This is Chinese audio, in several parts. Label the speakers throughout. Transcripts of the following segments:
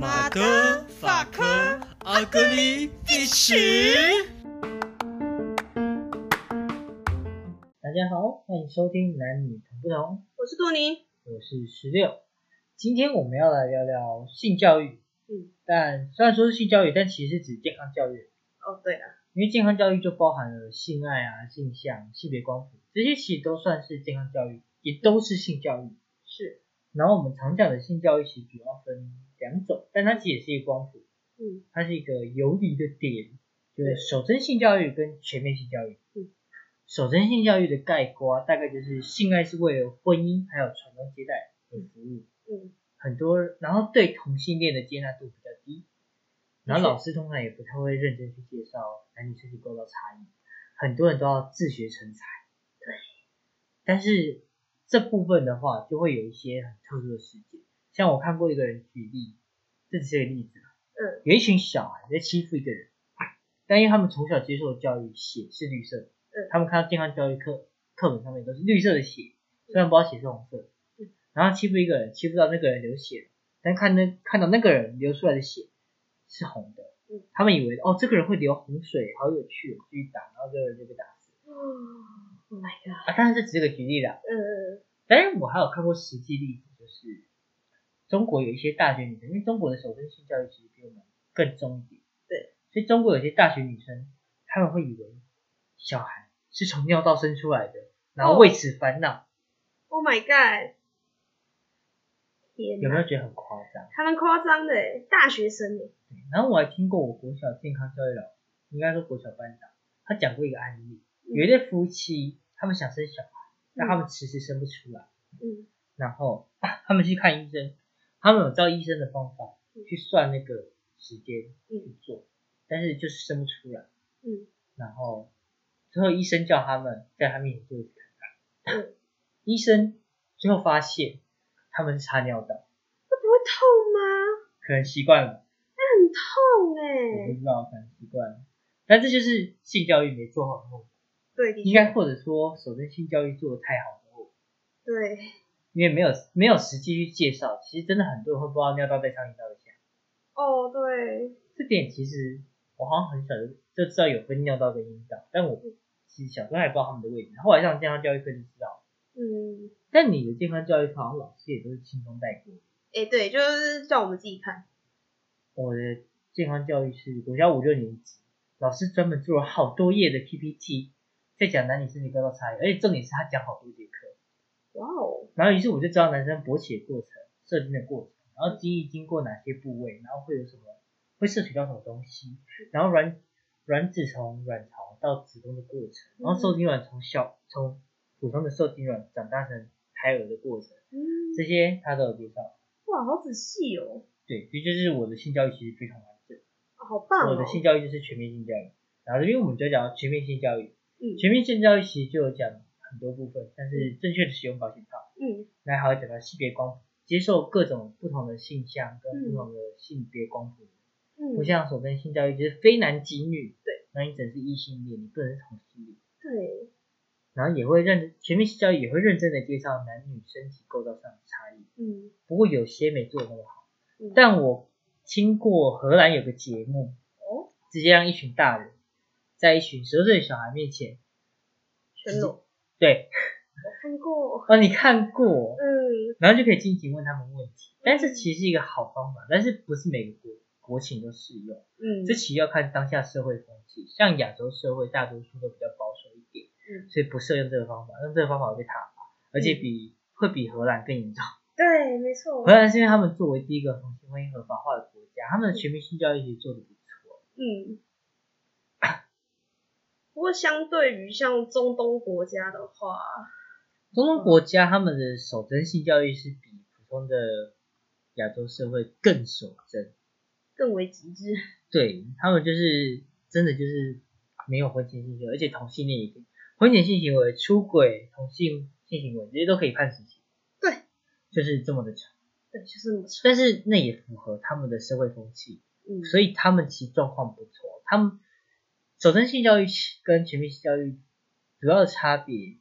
Speaker 1: 马德法科阿格里地区。
Speaker 2: 大家好，欢迎收听《男女同不同》，
Speaker 3: 我是杜尼，
Speaker 2: 我是十六。今天我们要来聊聊性教育。
Speaker 3: 嗯，
Speaker 2: 但虽然说是性教育，但其实是指健康教育，
Speaker 3: 哦对了，
Speaker 2: 因为健康教育就包含了性爱啊、性向、性别光谱这些，其实都算是健康教育，也都是性教育。
Speaker 3: 是，
Speaker 2: 然后我们常讲的性教育其实主要分两种，但它其实也是一个光谱，
Speaker 3: 嗯，
Speaker 2: 它是一个游离的点，就是守贞性教育跟全面性教育。
Speaker 3: 嗯，
Speaker 2: 守贞性教育的概括大概就是性爱是为了婚姻还有传宗接代而服务，
Speaker 3: 嗯，
Speaker 2: 很多然后对同性恋的接纳度比较低，然后
Speaker 3: 的确
Speaker 2: 老师通常也不太会认真去介绍男女身体构造差异，很多人都要自学成才。对，但是这部分的话，就会有一些很特殊的事件，像我看过一个人举例，这只是一个例子啊，
Speaker 3: 嗯，
Speaker 2: 有一群小孩在欺负一个人，但因为他们从小接受的教育血是绿色的，
Speaker 3: 嗯
Speaker 2: 他们看到健康教育课课本上面都是绿色的血，虽然不知道血是红色的
Speaker 3: 嗯，
Speaker 2: 然后欺负一个人，欺负到那个人流血了，但看那看到那个人流出来的血是红的
Speaker 3: 嗯，
Speaker 2: 他们以为哦这个人会流红水，好有趣哦，继续打，然后这个人就被打死
Speaker 3: 哦，Oh my god，
Speaker 2: 啊，当然这只是个举例啦，
Speaker 3: 嗯
Speaker 2: 当然我还有看过实际例子，就是中国有一些大学女生，因为中国的守贞性教育其实比我们更重一点，
Speaker 3: 对，
Speaker 2: 所以中国有些大学女生，她们会以为小孩是从尿道生出来的，然后为此烦恼，
Speaker 3: ，Oh my god，天
Speaker 2: 有没
Speaker 3: 哪，
Speaker 2: 有觉得很夸张？
Speaker 3: 还蛮夸张的耶，大学生哎，
Speaker 2: 然后我还听过我国小健康教育老师，应该说国小班长，他讲过一个案例，
Speaker 3: 嗯
Speaker 2: 有一对夫妻，他们想生小孩，但
Speaker 3: 嗯
Speaker 2: 他们迟迟生不出来。
Speaker 3: 嗯，
Speaker 2: 然后啊他们去看医生，他们有照医生的方法
Speaker 3: 嗯
Speaker 2: 去算那个时间
Speaker 3: 嗯
Speaker 2: 去做，但是就是生不出来。
Speaker 3: 嗯，
Speaker 2: 然后最后医生叫他们在他面前做一次看看
Speaker 3: 嗯，
Speaker 2: 医生最后发现他们是插尿道，
Speaker 3: 会不会痛吗？
Speaker 2: 可能习惯了，
Speaker 3: 很痛
Speaker 2: 我不
Speaker 3: 哎，
Speaker 2: 知道，可能习惯了。但这就是性教育没做好的后果，
Speaker 3: 对，的
Speaker 2: 应
Speaker 3: 确，
Speaker 2: 该或者说首先性教育做的太好的后果，
Speaker 3: 对，
Speaker 2: 因为没有没有实际去介绍，其实真的很多人会不知道尿道在上阴道的下。
Speaker 3: 哦对，
Speaker 2: 这点其实我好像很小就就知道有分尿道跟阴道，但我其实小时候还不知道他们的位置，后来上健康教育课就知道。
Speaker 3: 嗯，
Speaker 2: 但你的健康教育课好像老师也都是轻松带过，
Speaker 3: 哎对，就是叫我们自己看，
Speaker 2: 我的健康教育是国小五六年级，老师专门做了好多页的 PPT，在讲男女身体构造差异，而且重点是他讲好多节课，
Speaker 3: 哇哦，
Speaker 2: 然后于是我就知道男生勃起的过程、射精的过程，然后精液经过哪些部位，然后会有什么，会摄取到什么东西，然后卵卵子从卵巢到子宫的过程，
Speaker 3: 嗯
Speaker 2: 然后受精卵从小从普通的受精卵长大成胎儿的过程，
Speaker 3: 嗯，
Speaker 2: 这些他都有介绍。
Speaker 3: 哇，好仔细哦，
Speaker 2: 对，这就是我的性教育其实非常完整，
Speaker 3: 好棒
Speaker 2: 我
Speaker 3: 哦
Speaker 2: 的，性教育就是全面性教育，然后因为我们就讲全面性教育，
Speaker 3: 嗯
Speaker 2: 全面性教育其实就有讲很多部分，但是正确的使用保险套。
Speaker 3: 嗯
Speaker 2: 那还有讲到性别光谱，接受各种不同的性向跟不同的性别光谱，
Speaker 3: 嗯，
Speaker 2: 不像守贞性教育就是非男即女，
Speaker 3: 对，
Speaker 2: 那你只能是异性恋，你不能是同性恋。
Speaker 3: 对，
Speaker 2: 然后也会认全面性教育也会认真的介绍男女身体构造上的差异，
Speaker 3: 嗯
Speaker 2: 不过有些没做得那么好。
Speaker 3: 嗯，
Speaker 2: 但我听过荷兰有个节目，
Speaker 3: 哦，
Speaker 2: 直接让一群大人在一群十岁的小孩面前，
Speaker 3: 全裸，
Speaker 2: 对，
Speaker 3: 我看过，
Speaker 2: 哦，你看过，
Speaker 3: 嗯，
Speaker 2: 然后就可以进行问他们问题。但这其实是一个好方法，但是不是每个国国情都适用，
Speaker 3: 嗯
Speaker 2: 这其实要看当下社会风气。像亚洲社会大多数都比较保守一点，
Speaker 3: 嗯
Speaker 2: 所以不适用这个方法，用这个方法会被踏伐，而且比、会比荷兰更严重。
Speaker 3: 对，没错
Speaker 2: 荷。兰是因为他们作为第一个同性婚姻合法化的国家，他们的全民性教育其实做的不错。
Speaker 3: 嗯。 不过相对于像中东国家的话，
Speaker 2: 中东
Speaker 3: 嗯
Speaker 2: 国家他们的守贞性教育是比普通的亚洲社会更守贞。
Speaker 3: 更为极致。
Speaker 2: 对他们就是真的就是没有婚前性行为，而且同性恋也可以，婚前性行为、出轨、同性性行为这些都可以判死刑。
Speaker 3: 对，
Speaker 2: 就是这么的长。
Speaker 3: 对，就是那么蠢。
Speaker 2: 但是那也符合他们的社会风气，
Speaker 3: 嗯，
Speaker 2: 所
Speaker 3: 以
Speaker 2: 以他们其实状况不错。他们守贞性教育跟全面性教育主要的差别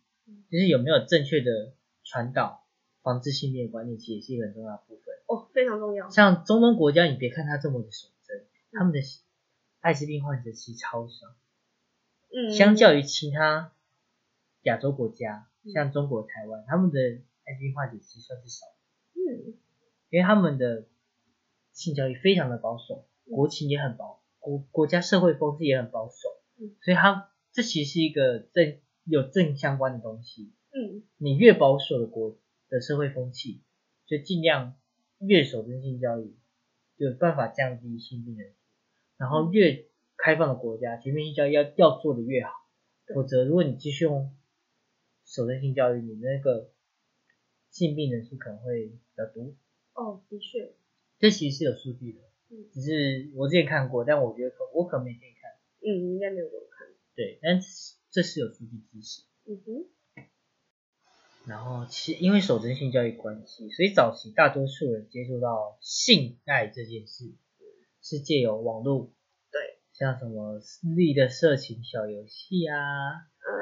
Speaker 2: 就是有没有正确的传导防治性恋观念，其实也是一个很重要的部分。
Speaker 3: 哦，非常重要。
Speaker 2: 像中东国家，你别看他这么的守贞，他们的艾滋病患者其实超少，
Speaker 3: 嗯，
Speaker 2: 相较于其他亚洲国家，
Speaker 3: 嗯
Speaker 2: 像中国、台湾，他们的艾滋病患者其实算是少的，
Speaker 3: 嗯
Speaker 2: 因为他们的性教育非常的保守，国情也很保，国国家社会风气也很保守
Speaker 3: 嗯，
Speaker 2: 所以他这其实是一个正有正相关的东西。
Speaker 3: 嗯
Speaker 2: 你越保守的国的社会风气，就尽量越守贞性教育，就有办法降低性病人数。然后越开放的国家，全面性教育要要做的越好，
Speaker 3: 对
Speaker 2: 否则如果你继续用守贞性教育，你那个性病人数可能会比较多。
Speaker 3: 哦，的确，
Speaker 2: 这其实是有数据的
Speaker 3: 嗯，
Speaker 2: 只是我之前看过，但我觉得可我可能没可以看，
Speaker 3: 嗯，应该没有给我看。
Speaker 2: 对，但是这是有数据支持。
Speaker 3: 嗯哼，
Speaker 2: 然后其因为守贞性教育关系，所以早期大多数人接触到性爱这件事，是借由网络，
Speaker 3: 对，
Speaker 2: 像什么私立的色情小游戏啊，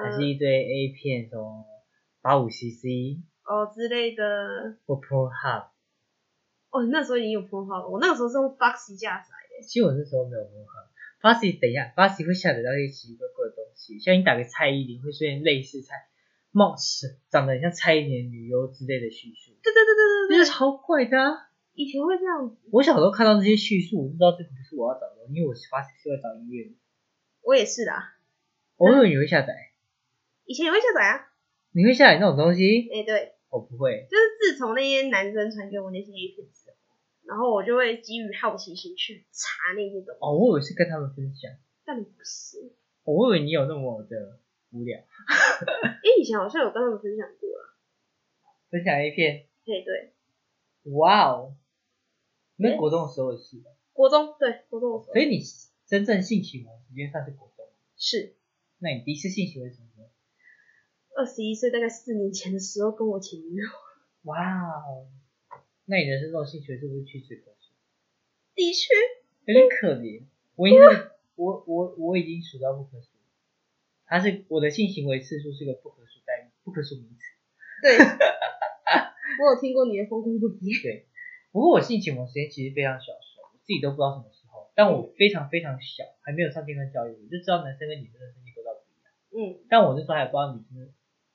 Speaker 2: 还是
Speaker 3: 呃，
Speaker 2: 一堆 A 片，什么八五 CC
Speaker 3: 哦之类的，
Speaker 2: 或 Pornhub。
Speaker 3: 哦，那时候已经有 p o 了，我那个时候是用 Foxy 下载的。
Speaker 2: 其实我那时候没有 Pornhub。Fast，等一下，Fast 会下载到一些奇奇怪怪的东西，像你打个蔡依林，会出现类似蔡貌似长得很像蔡依林的女优之类的叙述，
Speaker 3: 对对对对对
Speaker 2: 那
Speaker 3: 对，
Speaker 2: 个超怪的、啊。
Speaker 3: 以前会这样子，
Speaker 2: 我小时候看到这些叙述，我就知道这个不是我要找的，因为我发现是要找音乐的。
Speaker 3: 我也是啦，
Speaker 2: 偶尔你会下载，
Speaker 3: 以前也会下载啊。
Speaker 2: 你会下载那种东西？
Speaker 3: 哎、对，
Speaker 2: 我不会。
Speaker 3: 就是自从那些男生传给我那些 A 片之后，然后我就会基于好奇心去查那些东西，
Speaker 2: 哦，我以为是跟他们分享，
Speaker 3: 但不是。
Speaker 2: 我以为你有那么的无聊，
Speaker 3: 哎、以前好像有跟他们分享过了。
Speaker 2: 分享 A 片。
Speaker 3: 哎、对，
Speaker 2: 哇哦，那国中的时候的事吧，
Speaker 3: 国中对国中的时候
Speaker 2: 所以你真正性启蒙时间算是国中。
Speaker 3: 是
Speaker 2: 那你第一次性行为是什么时候？
Speaker 3: 二十一岁，大概四年前的时候跟我前女友，
Speaker 2: 哇哦，那你人生中的性行为是不是屈指可数？
Speaker 3: 的确
Speaker 2: 有点可怜。我已经是，我我我已经数到不可数，他是我的性行为次数是个不可数代名不可数名词。
Speaker 3: 对，我有听过你的风空不一样。
Speaker 2: 对，不过我性启蒙时间其实非常小的时候，我自己都不知道什么时候，但我非常非常小，还没有上健康教育，我就知道男生跟女生的身体构造不一样。
Speaker 3: 嗯
Speaker 2: 但我那时候还不知道女生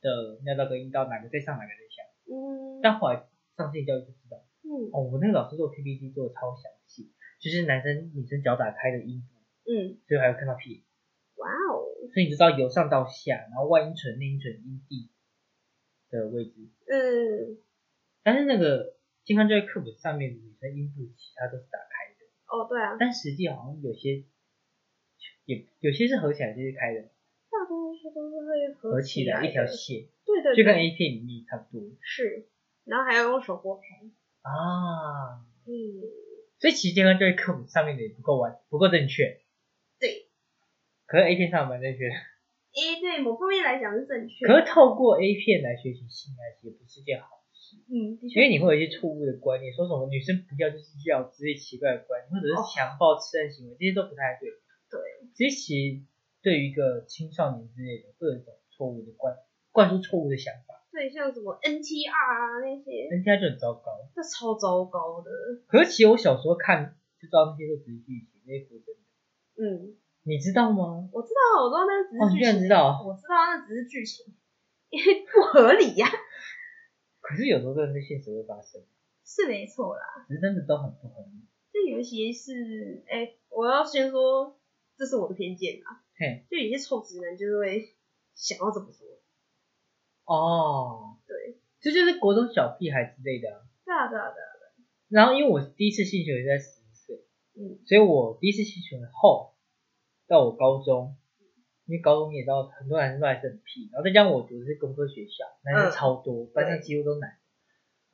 Speaker 2: 的尿道跟阴道哪个在上哪个在下，
Speaker 3: 嗯
Speaker 2: 但后来上性教育就知道。
Speaker 3: 嗯
Speaker 2: 哦，我那个老师做 PPT 做的超详细，就是男生女生脚打开的阴部，
Speaker 3: 嗯，
Speaker 2: 所以还会看到屁。
Speaker 3: 哇哦，
Speaker 2: 所以你就知道由上到下，然后外阴唇、内阴唇、阴蒂的位置。
Speaker 3: 嗯
Speaker 2: 但是那个健康教育课本上面女生阴部其他都是打开的，
Speaker 3: 哦对啊，
Speaker 2: 但实际好像有些也有些是合起来，有些是开的，
Speaker 3: 大多数都是会
Speaker 2: 合
Speaker 3: 合
Speaker 2: 起
Speaker 3: 来
Speaker 2: 来
Speaker 3: 的
Speaker 2: 一条线，
Speaker 3: 对对
Speaker 2: 就
Speaker 3: 对，
Speaker 2: 跟 A 片里面差不多
Speaker 3: 是，然后还要用手拨开。
Speaker 2: 啊。
Speaker 3: 嗯，
Speaker 2: 所以其实健康教育课本上面的也不够完，不够正确，
Speaker 3: 对，
Speaker 2: 可是 A 片上蛮正确的。
Speaker 3: 诶，对某方面来讲是正确。
Speaker 2: 可是透过 A 片来学习性爱，也不是件好事。
Speaker 3: 嗯，的确，
Speaker 2: 因为你会有一些错误的观念，说什么女生不要就是要之类奇怪的观念，或者
Speaker 3: 哦
Speaker 2: 是强暴痴汉行为，这些都不太对。
Speaker 3: 对，
Speaker 2: 这些其实对于一个青少年之类的，会有一种错误的灌灌输错误的想法，
Speaker 3: 对像什么 NTR 啊那些，
Speaker 2: 人家就很糟糕。
Speaker 3: 那超糟糕的。
Speaker 2: 可是其实我小时候看就知道那些都只是剧情，那些不是真的，
Speaker 3: 嗯，
Speaker 2: 你知道吗？
Speaker 3: 我知道，我知道那只
Speaker 2: 哦，
Speaker 3: 是剧
Speaker 2: 你居然知
Speaker 3: 情，
Speaker 2: 道啊！
Speaker 3: 我知道那只是剧情，因为不合理呀、
Speaker 2: 可是有时候真的是现实会发生，
Speaker 3: 是没错啦。
Speaker 2: 只是真的都很不合理。
Speaker 3: 就有一些是，哎、我要先说，这是我的偏见啊。
Speaker 2: 嘿，
Speaker 3: 就有些臭直男就是会想要怎么说，
Speaker 2: 哦，
Speaker 3: 对，
Speaker 2: 这就是国中小屁孩之类的啊、
Speaker 3: 对啊对啊对啊，
Speaker 2: 然后因为我第一次性行为是在十岁，
Speaker 3: 嗯，
Speaker 2: 所以我第一次性行为后，到我高中，因为高中你也知道，很多男生都还是很屁，然后再加上我读的是工科学校，男生超多，班上几乎都男生，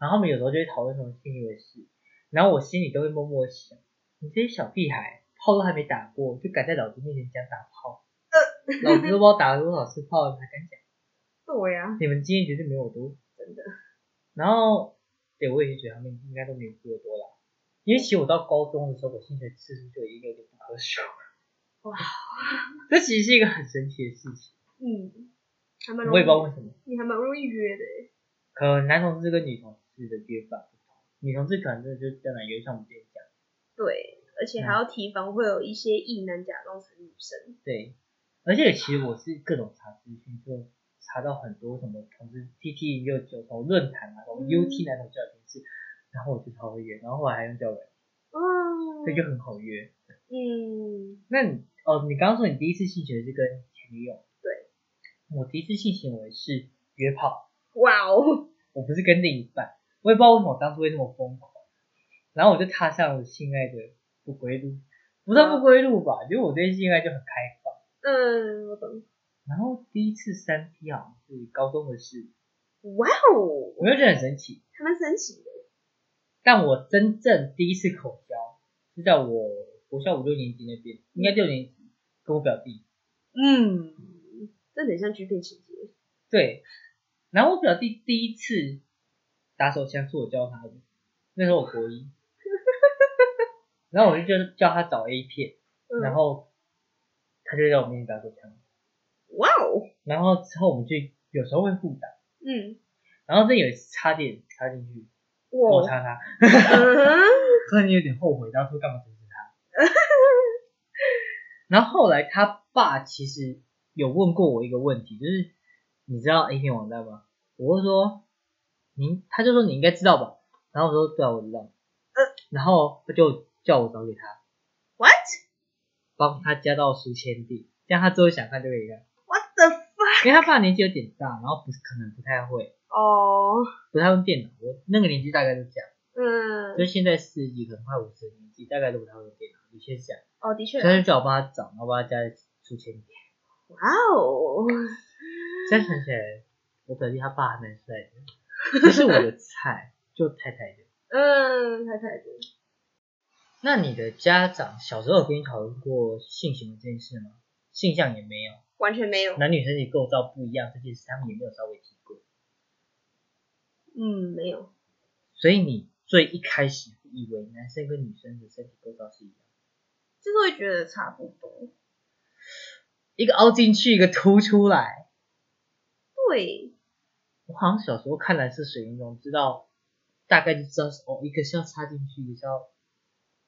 Speaker 2: 然后他们有时候就会讨论什么性行为事，然后我心里都会默默想，你这些小屁孩，炮都还没打过，就敢在老子面前讲打炮，老子都不知道打了多少次炮了，还敢讲，
Speaker 3: 对 呀、
Speaker 2: 你们经验绝对没有我多。
Speaker 3: 真的，
Speaker 2: 然后，对我也是觉得他们应该都没有比我多啦，因为其实我到高中的时候，我性学次数就已经有点不可数了。
Speaker 3: 哇，
Speaker 2: 这其实是一个很神奇的事情，
Speaker 3: 嗯，还蛮
Speaker 2: 我也不知道
Speaker 3: 容易，
Speaker 2: 为什么，
Speaker 3: 你还蛮容易约的、欸，
Speaker 2: 可能男同志跟女同志的约法不同，女同志可能真的就是比较难，有点像我们之前讲，
Speaker 3: 对，而且
Speaker 2: 嗯
Speaker 3: 还要提防会有一些异男假装成女生。
Speaker 2: 对，而且其实我是各种查资讯，就查到很多什么同志 TT 六九同论坛啊，什么
Speaker 3: 嗯
Speaker 2: UT 男同交友形式，然后我就超会约，然后后来还用交友软件，
Speaker 3: 嗯
Speaker 2: 所以就很好约。
Speaker 3: 嗯，
Speaker 2: 那你哦，你刚刚说你第一次性行为是跟前女友，
Speaker 3: 对，
Speaker 2: 我第一次性行为是约炮。
Speaker 3: 哇哦，
Speaker 2: 我不是跟另一半，我也不知道为什么我当初会那么疯狂，然后我就踏上了性爱的不归路，不算不归路吧，就是我对性爱就很开放。
Speaker 3: 嗯，我懂。
Speaker 2: 然后第一次三 P 好像是高中的事，
Speaker 3: 哇哦，
Speaker 2: 我就觉得很神奇。
Speaker 3: 还蛮神奇的。
Speaker 2: 但我真正第一次口交是在我国校五六年级那边，应该六年级，跟我表弟。
Speaker 3: 嗯，这很像 G 片情节。
Speaker 2: 对，然后我表弟第一次打手枪是我教他的，那时候我国一，然后我就叫叫他找 A 片。
Speaker 3: 嗯、
Speaker 2: 然后他就在我面前打手枪，
Speaker 3: 哇哦，
Speaker 2: 然后之后我们就有时候会互打，
Speaker 3: 嗯，
Speaker 2: 然后这有一次差点插进去，我
Speaker 3: 哇，哦
Speaker 2: 插他，
Speaker 3: 嗯哼，
Speaker 2: 突然间有点后悔当初干嘛阻止他。 然后后来他爸其实有问过我一个问题，就是你知道 A 片网站吗？我就说您，他就说你应该知道吧，然后我说对啊我知道，然后他就叫我找给他，
Speaker 3: What？
Speaker 2: 帮他加到书签里，这样他之后想看就可以看。
Speaker 3: What the fuck？
Speaker 2: 因为他爸年纪有点大，然后不是可能不太会，
Speaker 3: 哦，
Speaker 2: 不太用电脑。我那个年纪大概就这样，
Speaker 3: 嗯
Speaker 2: 就，现在四十几，可能快五十的年纪，大概都不太会用电脑，有些是这样。
Speaker 3: 哦，的确
Speaker 2: 所，以他就叫我帮他找，然后帮他加出钱点。
Speaker 3: 哇哦，
Speaker 2: 现在想起来，我表弟他爸还蛮帅的，不是我的菜，就太太的。
Speaker 3: 嗯，太太的，
Speaker 2: 那你的家长小时候有跟你讨论过性行为这件事吗？性向也没有，
Speaker 3: 完全没有，
Speaker 2: 男女身体构造不一样这件事，他们也没有稍微提过。
Speaker 3: 嗯，没有，
Speaker 2: 所以你最一开始以为男生跟女生的身体构造是一样的。
Speaker 3: 就是会觉得差不多。
Speaker 2: 一个凹进去，一个凸出来。
Speaker 3: 对，
Speaker 2: 我好像小时候看蓝色水晶宫，知道大概就知道是哦，一个是要插进去，一个是要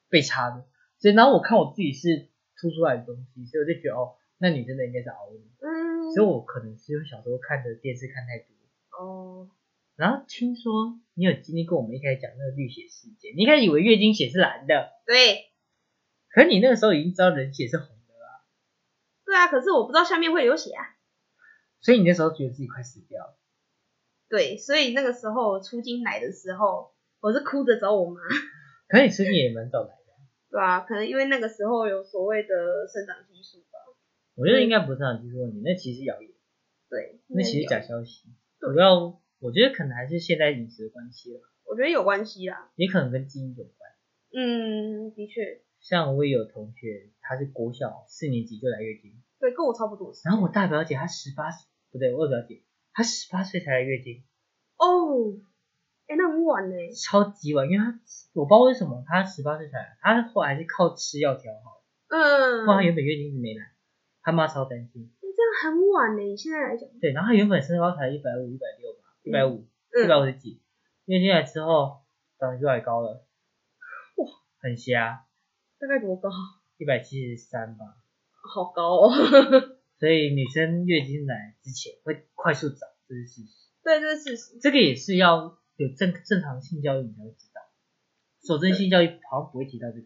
Speaker 2: 被插的。所以然后我看我自己是凸出来的东西，所以我就觉得哦，那女生的应该是凹的。
Speaker 3: 嗯，
Speaker 2: 所以我可能是因为小时候看的电视看太多。
Speaker 3: 哦，
Speaker 2: 然后听说你有经历过我们一开始讲那个绿血事件，你一开始以为月经血是蓝的，
Speaker 3: 对，
Speaker 2: 可是你那个时候已经知道人血是红的了，
Speaker 3: 对啊，可是我不知道下面会流血啊。
Speaker 2: 所以你那时候觉得自己快死掉了。
Speaker 3: 对，所以那个时候出京来的时候，我是哭着找我妈。
Speaker 2: 可是你身体也蛮早来的。
Speaker 3: 对啊，可能因为那个时候有所谓的生长激素吧。
Speaker 2: 我觉得应该不是上激素问题，那其实是谣言，
Speaker 3: 对，
Speaker 2: 那其实
Speaker 3: 应该
Speaker 2: 假
Speaker 3: 有，
Speaker 2: 消息。主要我觉得可能还是现代饮食的关系了，
Speaker 3: 我觉得有关系啦。
Speaker 2: 也可能跟基因有关。
Speaker 3: 嗯，的确，
Speaker 2: 像我也有同学，他是国小四年级就来月经，
Speaker 3: 对，跟我差不多是。
Speaker 2: 然后我大表姐她十八岁，不对，我二表姐她十八岁才来月经，
Speaker 3: 哦，哎、那很晚呢、
Speaker 2: 超级晚，因为她我不知道为什么她十八岁才来，她后来是靠吃药调好，
Speaker 3: 嗯，
Speaker 2: 不然她原本月经一直没来，她妈超担心。
Speaker 3: 这样很晚呢、你现在来讲，
Speaker 2: 对，然后她原本身高才一百五、一百六吧，一百五，一百
Speaker 3: 嗯，
Speaker 2: 五十几，月经来之后长得越来越高了，
Speaker 3: 哇，
Speaker 2: 很瞎，
Speaker 3: 大概多高？
Speaker 2: 一百七十三吧。
Speaker 3: 好高哦。
Speaker 2: 所以女生月经来之前会快速长，这是事实。
Speaker 3: 对，这是事实。
Speaker 2: 这个也是要有正正常性教育你才会知道，守正性教育好像不会提到这个。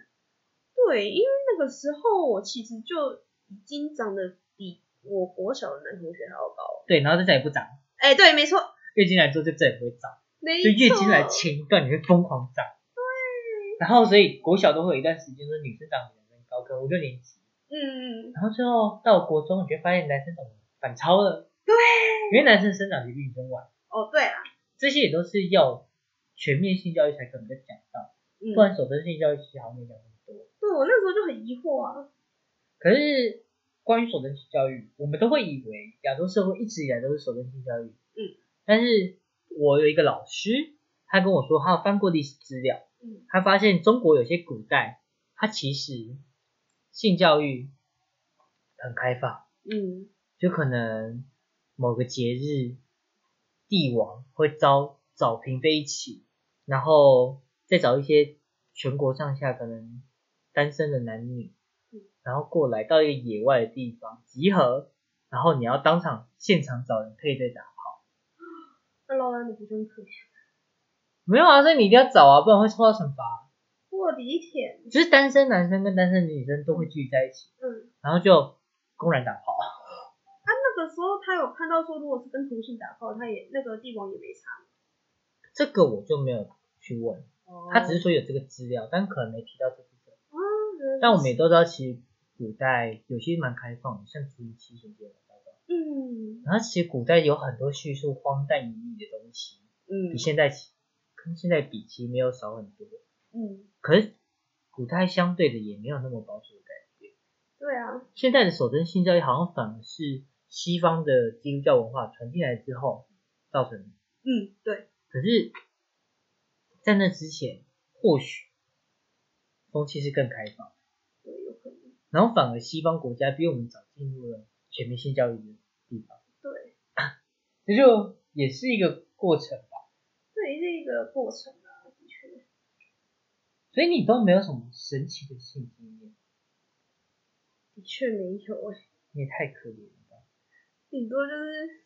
Speaker 3: 对，因为那个时候我其实就已经长得比我国小的男同学还要高。
Speaker 2: 对，然后再再也不长，
Speaker 3: 哎、对，没错，
Speaker 2: 月经来之后就再也不会长，
Speaker 3: 没错。
Speaker 2: 就月经来前一段你会疯狂长。对。然后所以国小都会有一段时间是女生长得比男生高，可能五六年级。
Speaker 3: 嗯，
Speaker 2: 然后最后到国中，你就发现男生怎么反超了。
Speaker 3: 对，
Speaker 2: 因为男生生长比女生晚，
Speaker 3: 哦，对啦，
Speaker 2: 这些也都是要全面性教育才可能会讲到，
Speaker 3: 嗯，
Speaker 2: 不然守正性教育其实好像没讲那么多。
Speaker 3: 对我那时候就很疑惑啊。
Speaker 2: 可是关于守正性教育，我们都会以为亚洲社会一直以来都是守正性教育，
Speaker 3: 嗯，
Speaker 2: 但是我有一个老师，他跟我说他翻过历史资料，
Speaker 3: 嗯，
Speaker 2: 他发现中国有些古代，他其实性教育很开放。
Speaker 3: 嗯，
Speaker 2: 就可能某个节日，帝王会招找嫔妃一起，然后再找一些全国上下可能单身的男女
Speaker 3: 嗯，
Speaker 2: 然后过来到一个野外的地方集合，然后你要当场现场找人配对打炮。
Speaker 3: 那老人你不是很可惜？
Speaker 2: 没有啊，所以你一定要找啊，不然会受到惩罚。
Speaker 3: 我的天，
Speaker 2: 就是单身男生跟单身女生都会聚在一起，
Speaker 3: 嗯，
Speaker 2: 然后就公然打炮。
Speaker 3: 他、那个时候他有看到说，如果是跟同性打炮，他也那个帝王也没差。
Speaker 2: 这个我就没有去问，
Speaker 3: 哦
Speaker 2: 他只是说有这个资料，但可能没提到这部分。
Speaker 3: 嗯
Speaker 2: 但我们也都知道，其实古代有些蛮开放的，像处理七情节
Speaker 3: 嗯
Speaker 2: 然后其实古代有很多叙述荒诞淫逸的东西，
Speaker 3: 嗯
Speaker 2: 比现在起跟现在比其实没有少很多。
Speaker 3: 嗯，
Speaker 2: 可是古代相对的也没有那么保守的感觉。
Speaker 3: 对啊，
Speaker 2: 现在的守贞信教育好像反而是西方的基督教文化传进来之后造成的。
Speaker 3: 嗯对，
Speaker 2: 可是，在那之前，或许风气是更开放，
Speaker 3: 对有可能，
Speaker 2: 然后反而西方国家比我们早进入了全民性教育的地方，
Speaker 3: 对，
Speaker 2: 这就也是一个过程吧。
Speaker 3: 这也是一个过程啊，的确。
Speaker 2: 所以你都没有什么神奇的性经验，
Speaker 3: 的确没有哎、
Speaker 2: 你也太可怜了吧，
Speaker 3: 顶多就是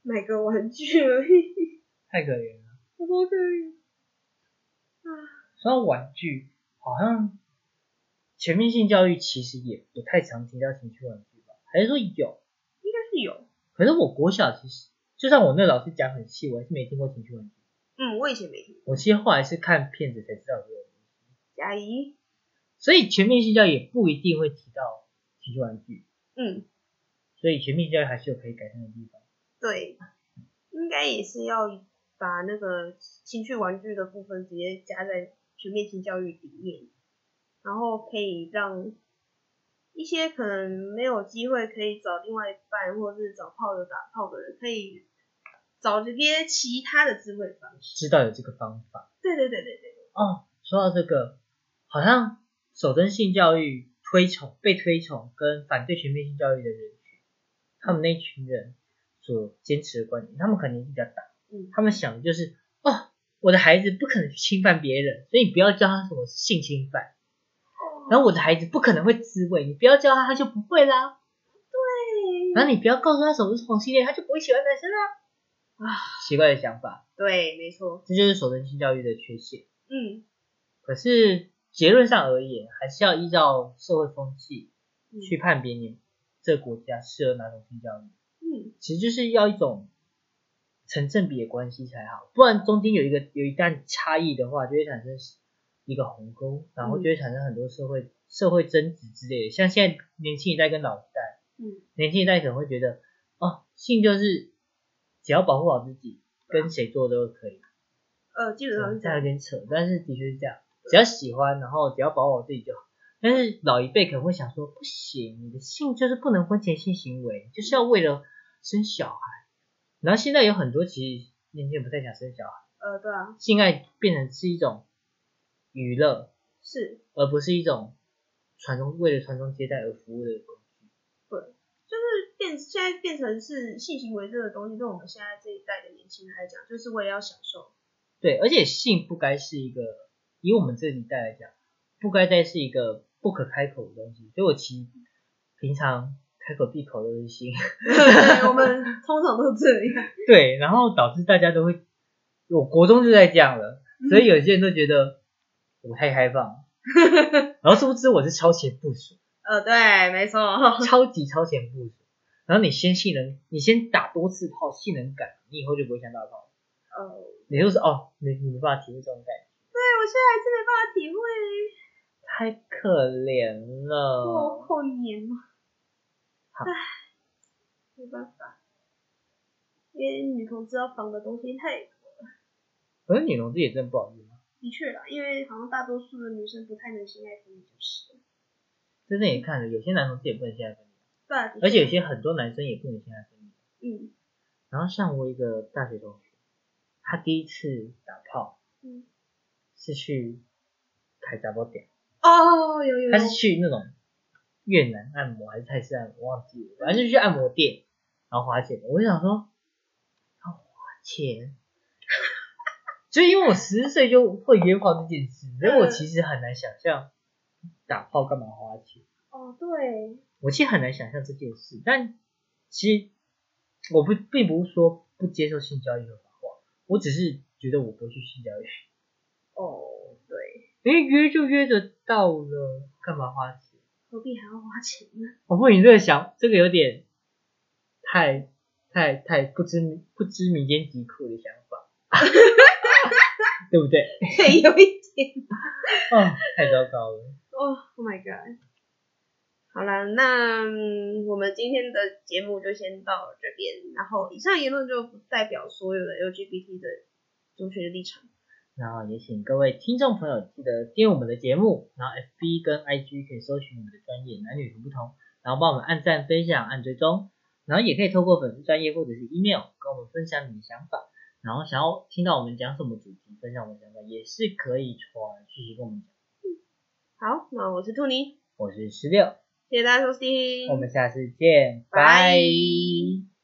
Speaker 3: 买个玩具而已，
Speaker 2: 太可怜了。
Speaker 3: 我多可以。啊，
Speaker 2: 说到玩具，好像全民性教育其实也不太常提到情趣玩具吧，还是说有？
Speaker 3: 应该是有。
Speaker 2: 可是我国小其实，就算我那老师讲很细，我还是没听过情趣玩具。
Speaker 3: 嗯，我以前没听。
Speaker 2: 我其实后来是看片子才知道这个东西，
Speaker 3: 阿姨，
Speaker 2: 所以全面性教育也不一定会提到情趣玩具，
Speaker 3: 嗯，
Speaker 2: 所以全面性教育还是有可以改善的地方。
Speaker 3: 对，应该也是要把那个情趣玩具的部分直接加在全面性教育里面，然后可以让一些可能没有机会可以找另外一半或者是找炮友打炮的人，可以找这些其他的智慧方式。
Speaker 2: 知道有这个方法
Speaker 3: 对对对对对，
Speaker 2: 哦。说到这个，好像守贞性教育推崇被推崇跟反对全面性教育的人群，他们那群人所坚持的观点，他们可能年纪比较大，
Speaker 3: 嗯
Speaker 2: 他们想的就是哦，我的孩子不可能去侵犯别人，所以你不要教他什么性侵犯。
Speaker 3: 哦
Speaker 2: 然后我的孩子不可能会自慰，你不要教他，他就不会啦。然后你不要告诉他什么是同性恋，他就不会喜欢男生啦。
Speaker 3: 啊，
Speaker 2: 奇怪的想法，
Speaker 3: 对，没错，
Speaker 2: 这就是守贞性教育的缺陷。
Speaker 3: 嗯，
Speaker 2: 可是结论上而言，还是要依照社会风气
Speaker 3: 嗯
Speaker 2: 去判别你这个国家适合哪种性教育。
Speaker 3: 嗯，
Speaker 2: 其实就是要一种成正比的关系才好，不然中间有一个有一旦差异的话，就会产生一个鸿沟，然后就会产生很多社会社会争执之类的。像现在年轻一代跟老一代，
Speaker 3: 嗯，
Speaker 2: 年轻一代可能会觉得，哦，性就是只要保护好自己，跟谁做都可以，
Speaker 3: 呃，基本上是
Speaker 2: 嗯
Speaker 3: 这
Speaker 2: 这样
Speaker 3: 样。
Speaker 2: 有点扯，但是的确是这样，只要喜欢，然后只要保护好自己就好。但是老一辈可能会想说，不行，你的性就是不能婚前性行为，就是要为了生小孩。然后现在有很多其实年轻人不太想生小孩，
Speaker 3: 呃，对啊，
Speaker 2: 性爱变成是一种娱乐，
Speaker 3: 是，
Speaker 2: 而不是一种传宗为了传宗接代而服务的工具。
Speaker 3: 就是变，现在变成是性行为这个东西，对我们现在这一代的年轻人来讲，就是为了要享 受。
Speaker 2: 对，而且性不该是一个，以我们这一代来讲，不该再是一个不可开口的东西。所以我其实平常开口闭口都是性，
Speaker 3: 对，我们通常都这样。
Speaker 2: 对，然后导致大家都会，我国中就在这样了，所以有些人都觉得我太开放，然后殊不知我是超前部署，
Speaker 3: 呃，对，没错。呃
Speaker 2: 超级超前部署。然后你先性能，你先打多次炮，性能感，你以后就不会想打炮。
Speaker 3: 呃，对，
Speaker 2: 你就是哦，你你没办法体会这种感觉，
Speaker 3: 我现在还是没办法体会，
Speaker 2: 太可怜
Speaker 3: 我
Speaker 2: 了。
Speaker 3: 好黏啊。
Speaker 2: 呃好
Speaker 3: 唉，没办法，因为女同志要防的东西太
Speaker 2: 可是女同志也真的不好意思，
Speaker 3: 的确啦，因为好像大多数的女生不太能性爱分离，就是。
Speaker 2: 真的也看了，有些男同志也不能性爱分离，
Speaker 3: 对啊，的确
Speaker 2: 而且有些很多男生也不能性爱分离。
Speaker 3: 嗯
Speaker 2: 然后像我一个大学同学，他第一次打炮
Speaker 3: 嗯，
Speaker 2: 是去开杂包店，
Speaker 3: 哦，有有
Speaker 2: 他
Speaker 3: 有
Speaker 2: 是，去那种越南按摩还是泰式按摩，我忘记了，反正就是去按摩店，然后花钱。我就想说，他花钱，所以因为我十岁就会约炮这件事，所以我其实很难想象打炮干嘛花钱，
Speaker 3: 哦，对，
Speaker 2: 我其实很难想象这件事。但其实我不并不是说不接受性交易合法化，我只是觉得我不会去性交易，
Speaker 3: 哦，对，
Speaker 2: 因为约就约得到了，干嘛花钱？
Speaker 3: 何必还要花钱呢？
Speaker 2: 我不，你这个想这个有点太太太不知不知民间疾苦的想法， 对不对？
Speaker 3: 对，有一点。
Speaker 2: 哦，太糟糕了。
Speaker 3: 哦、oh my god！好啦，那嗯我们今天的节目就先到这边。然后，以上言论就不代表所有的 LGBT 的族群的立场。
Speaker 2: 然后也请各位听众朋友记得订阅我们的节目，然后 FB 跟 IG 可以搜寻我们的专业男女有不同，然后帮我们按赞、分享、按追踪，然后也可以透过粉丝专业或者是 email 跟我们分享你的想法，然后想要听到我们讲什么主题，分享我们的想法也是可以传讯息跟我们讲。
Speaker 3: 好，那我是兔妮，
Speaker 2: 我是十六，
Speaker 3: 谢谢大家收听，
Speaker 2: 我们下次见，
Speaker 3: 拜
Speaker 2: 拜